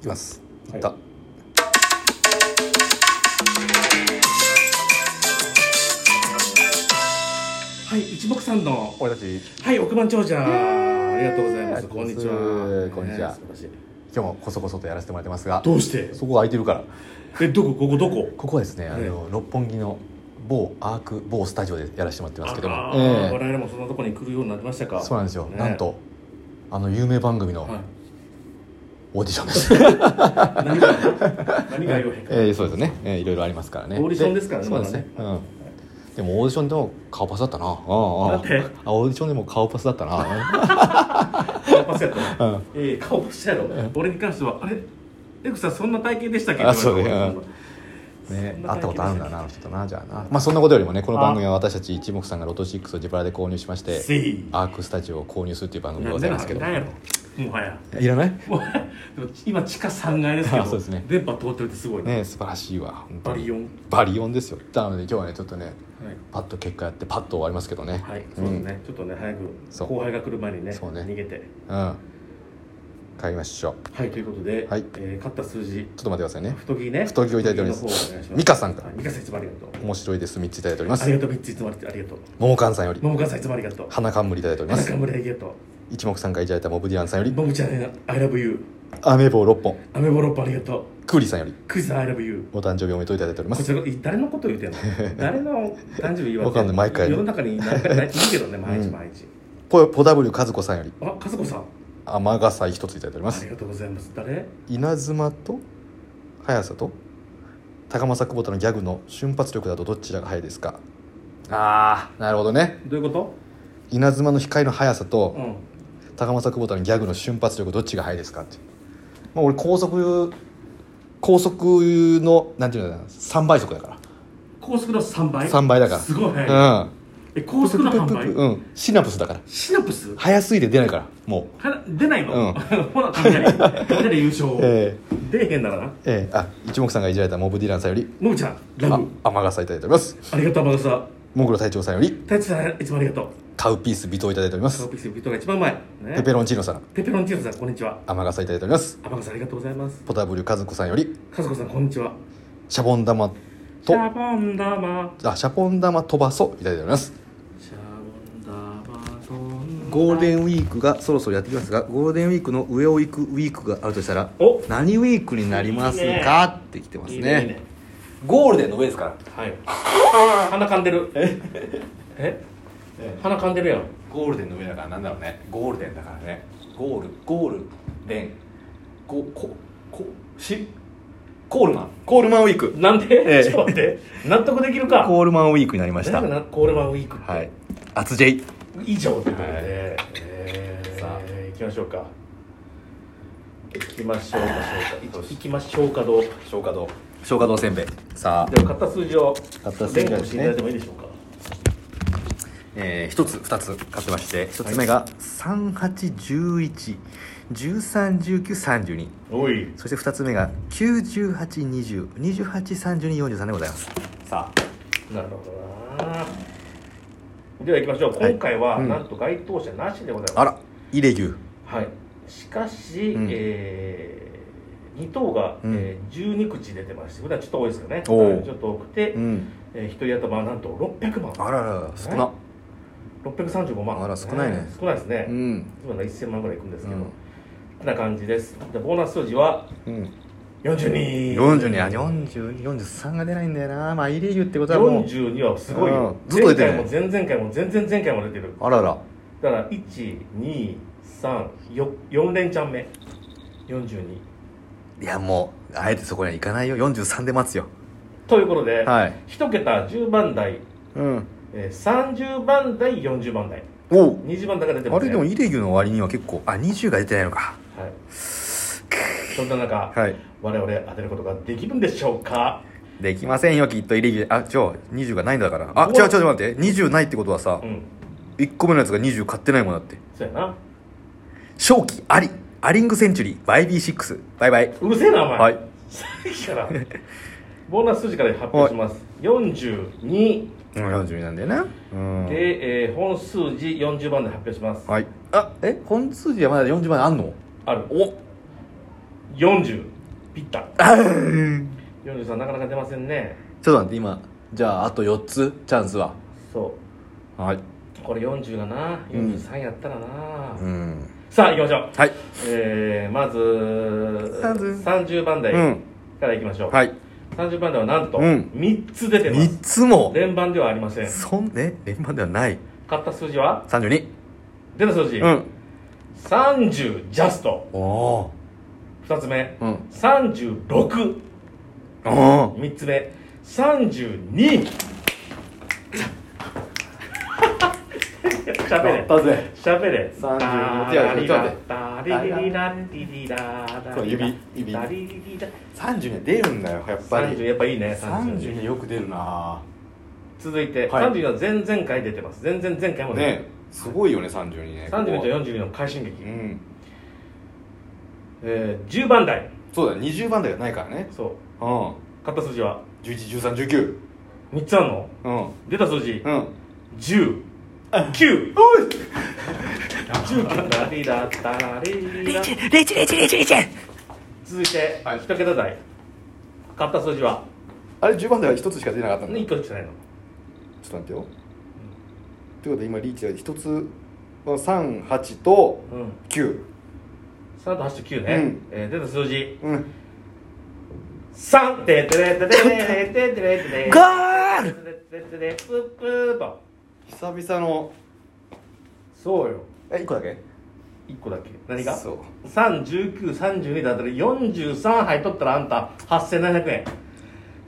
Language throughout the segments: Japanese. きます。はいだはい、一目散の。俺たちはい、億万長者。ーありがとうございまありがす。とうこごんざいにまちすは。こんにちはね素晴らしい今日もこそこそとやらせてもらってますがどうして。そこが空いてるからえ、どこ、ここ、どこ。ここはですねあの、六本木の某アーク某スタジオでやらせてもらってますけどもあ、えーえ我々もそんなところに来るようになりましたか。そうなんですよ、ねなん。とあの有名番組のはいオーディション です、何が。何が言わへんか。ええそうですね、ええいろいろありますからねオーディションですからねそうですね、まだうんでもオーディションでも顔パスだったなああああだってあオーディションでも顔パスだった な顔パスやったう。なんええ、顔パスやろ俺に関しては、あれ。エクさん、そんな体験でしたっけ。あそうね言われたうんね、会ったことあるんだなあの人となじゃあな、まあ、そんなことよりもねこの番組は私たち一目さんがロト6を自腹で購入しましてせい。アークスタジオを購入するという番組でなごんざいまでなんすけどなんやろ。もはや。いらないもうでも今地下3階ですけどあそうですね電波通ってるってすごいねね素晴らしいわ本当バにリオンバリオンですよなので今日はねちょっとねはいパッと結果やってパッと終わりますけどねはい、そうですね、ちょっとねそう早く後輩が来る前にねそうね逃げてうん、うん、買いましょうはいということで、はいえー勝った数字ちょっと待ってくださいね太着ね太着をいただいております太着の方をお願いし美香さんからはい美香さんいつもありがとう面白いです3ついただいておりまありすがとう3ついつもありありがとう桃缶さんより桃川さんいつもありがとう花冠いただいておりま花す冠村ありがとう一目さんからいただいたモブディランさんよりボブちゃん I love you アメ棒6本アメボロッパありがとうクーリーさんよりクイズさん I love you お誕生日おめでとういただいておりまこすちら誰のこと言うて んの誰の誕生日言われてわかんない毎回世の中に何回ない言うけどね毎日毎日、ポポダブル和子さんよりあ和子さん雨傘1ついただいておりまあすりがとうございます誰稲妻と速さと高政久保田のギャグの瞬発力だとどちらが速いですかああなるほどねどういうこ稲妻の光の速さととうん高政久保田のギャグの瞬発力どっちが速いですかって、まあ、俺高速高速のなんていうのかな3倍速だか高速の3倍3倍だからすごい速い、らうんえ高速のプ販プププ売プうんシナプスだからシナプス速すぎて出ないからもは出ないの、うん ほらみんなでみんなで優勝う、え出えへんだからなえええあ一目さんがいじられたモブディランさんよりのぶちゃんラあブ雨傘いただいておりますありがとうマグサもぐろ隊長さんより太一さんいつもありがとうカウピース微糖いただいておりまカすーピクセルビットが一番うまい、ね、ペペロンチーノさんペペロンチーノさんこんにちは雨傘いただいておりますアマグサありがとうございますポタブル和子さんより和子さんこんにちはシャボン玉シとャボン玉あシャボン玉飛ばそいただいておりますシャボン玉とんだゴールデンウィークがそろそろやってきますがゴールデンウィークの上を行くウィークがあるとしたらお何ウィークになりますいいねかってきてますねいいねいいねゴールデンの上ですからはい鼻かんでるええ鼻かんでるやんゴールデンの上だからなんだろうねゴールデンだからねゴールゴールデンゴここしコールマンコールマンウィークなんで、ええちょっと待って納得できるかコールマンウィークになりました何だなコールマンウィークって、はいアツジェイ以上ということで、はいえー、ささああ行きましょうか行きましょうか行きましょうかどうで消化道消化道せんべいさあも買った数字を買った数字は連で呼すしねていただいてもいいでしょうかえー、1つ2つ買ってまして1つ目が3811131932おいそして2つ目が9820283243でございますさなるほどなでは行きましょうはい今回は、うんなんと該当者なしでございますああらイレギュはい、しかし、うんえ2頭が、うんえー12口出てましてこれはちょっと多いですよね、おうはいちょっと多くて、うんえー1人頭なんと600万あららら少な635万あら少ないね少ないですね、うん今の1000万ぐらいいくんですけど、うんこんな感じですでボーナス数字はうん42 42あ4043が出ないんだよなまあイレギュってことはもう42はすごいよ、うんずっと出てる前回も前々回も前々前回も出てるあららだから1234連チャン目42いやもうあえてそこには行かないよ43で待つよということで、はい1桁10番台、うんえー、30番台40番台おう20番台が出てまあす、れね、でもいイレギュの割には結構あ20が出てないのかはい、そんな中、はい我々当てることができるんでしょうかできませんよきっとイレギュあじゃあ20がないんだからうあ違わう違うちょっと待って20ないってことはさうん1個目のやつが20買ってないもんだってそうやな正気ありアリングセンチュリーバイ B6 バイバイうるせえなお前、はいさっきからボーナス数字から発表します、42うん42なんだよなうんで、えー本数字40番で発表しますはいあえ本数字はまだ40まであんのあるお40ピッタ ち43なかなか出ませんねょっと待って今じゃああと4つチャンスはそはい、うこれ40がな43やったらな、うん、さあ行きましょうはいえー、まず30 30番台うんからいきましょう、はい30番台はなんとうん3つ出てます、 3つも連番ではありませんそんね連番ではない買った数字は32出た数字、うん30ジャストおお2つ目ーうん363おおーつ目32しゃべやれったぜしゃべれ32違う違うちょっと待ってダリリリランリリラそう指指ダリリリラ30には出るんだよやっぱ30りやっぱいいね30にはよく出るな続いて、はい32は前々回出てます前々前回もねねすごいよね32ね32とここ42の快進撃、うんえー、10番台そうだ20番台がないからねそううん買った数字は111319 3つあんのうん出た数字うん10九。おい十九。ダリラダラリラ。レイチレイチレイチレイチ続いてはい一桁台。買った数字はあれ10番台は1つしか出なかったんだ一個じゃないちょの。っと待ってよ。ということで今リーチが一つは三八とうん。九。三と八と九ね。うんえー出た数字うん。三。ててれてれてれてれてれてれ。ゴールてれてれてれプープーと。久々のそうよ。え一個だけ？一個だけ。何が？そう。三十九三十二だったら四十三入っとったらあんた八千七百円。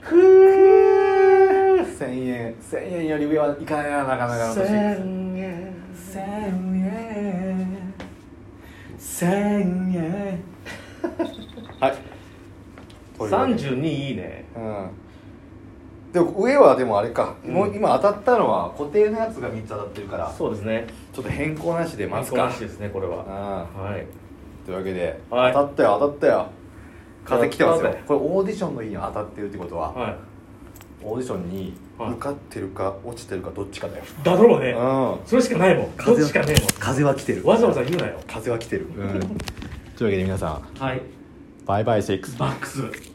ふー。千円千円より上はいかないななかなか千私。円。千円千円。はい。三十二いいね。うん。でも上はでもあれか、もう今当たったのは固定のやつが3つ当たってるからそうですね。ちょっと変更なしで待つ変か更なしですねこれはうんはいというわけで、はい当たったよ当たったよ風来てます当よたったぜこれオーディションの日に当たってるってことは、はオーディションにはい受かってるか落ちてるかどっちかだよ、いだろうねうんそれしかないもんどっちかねえ風は来てるもんわざわざ言うなよ風は来てる、うん、というわけで皆さんはいバイバイシックスバックス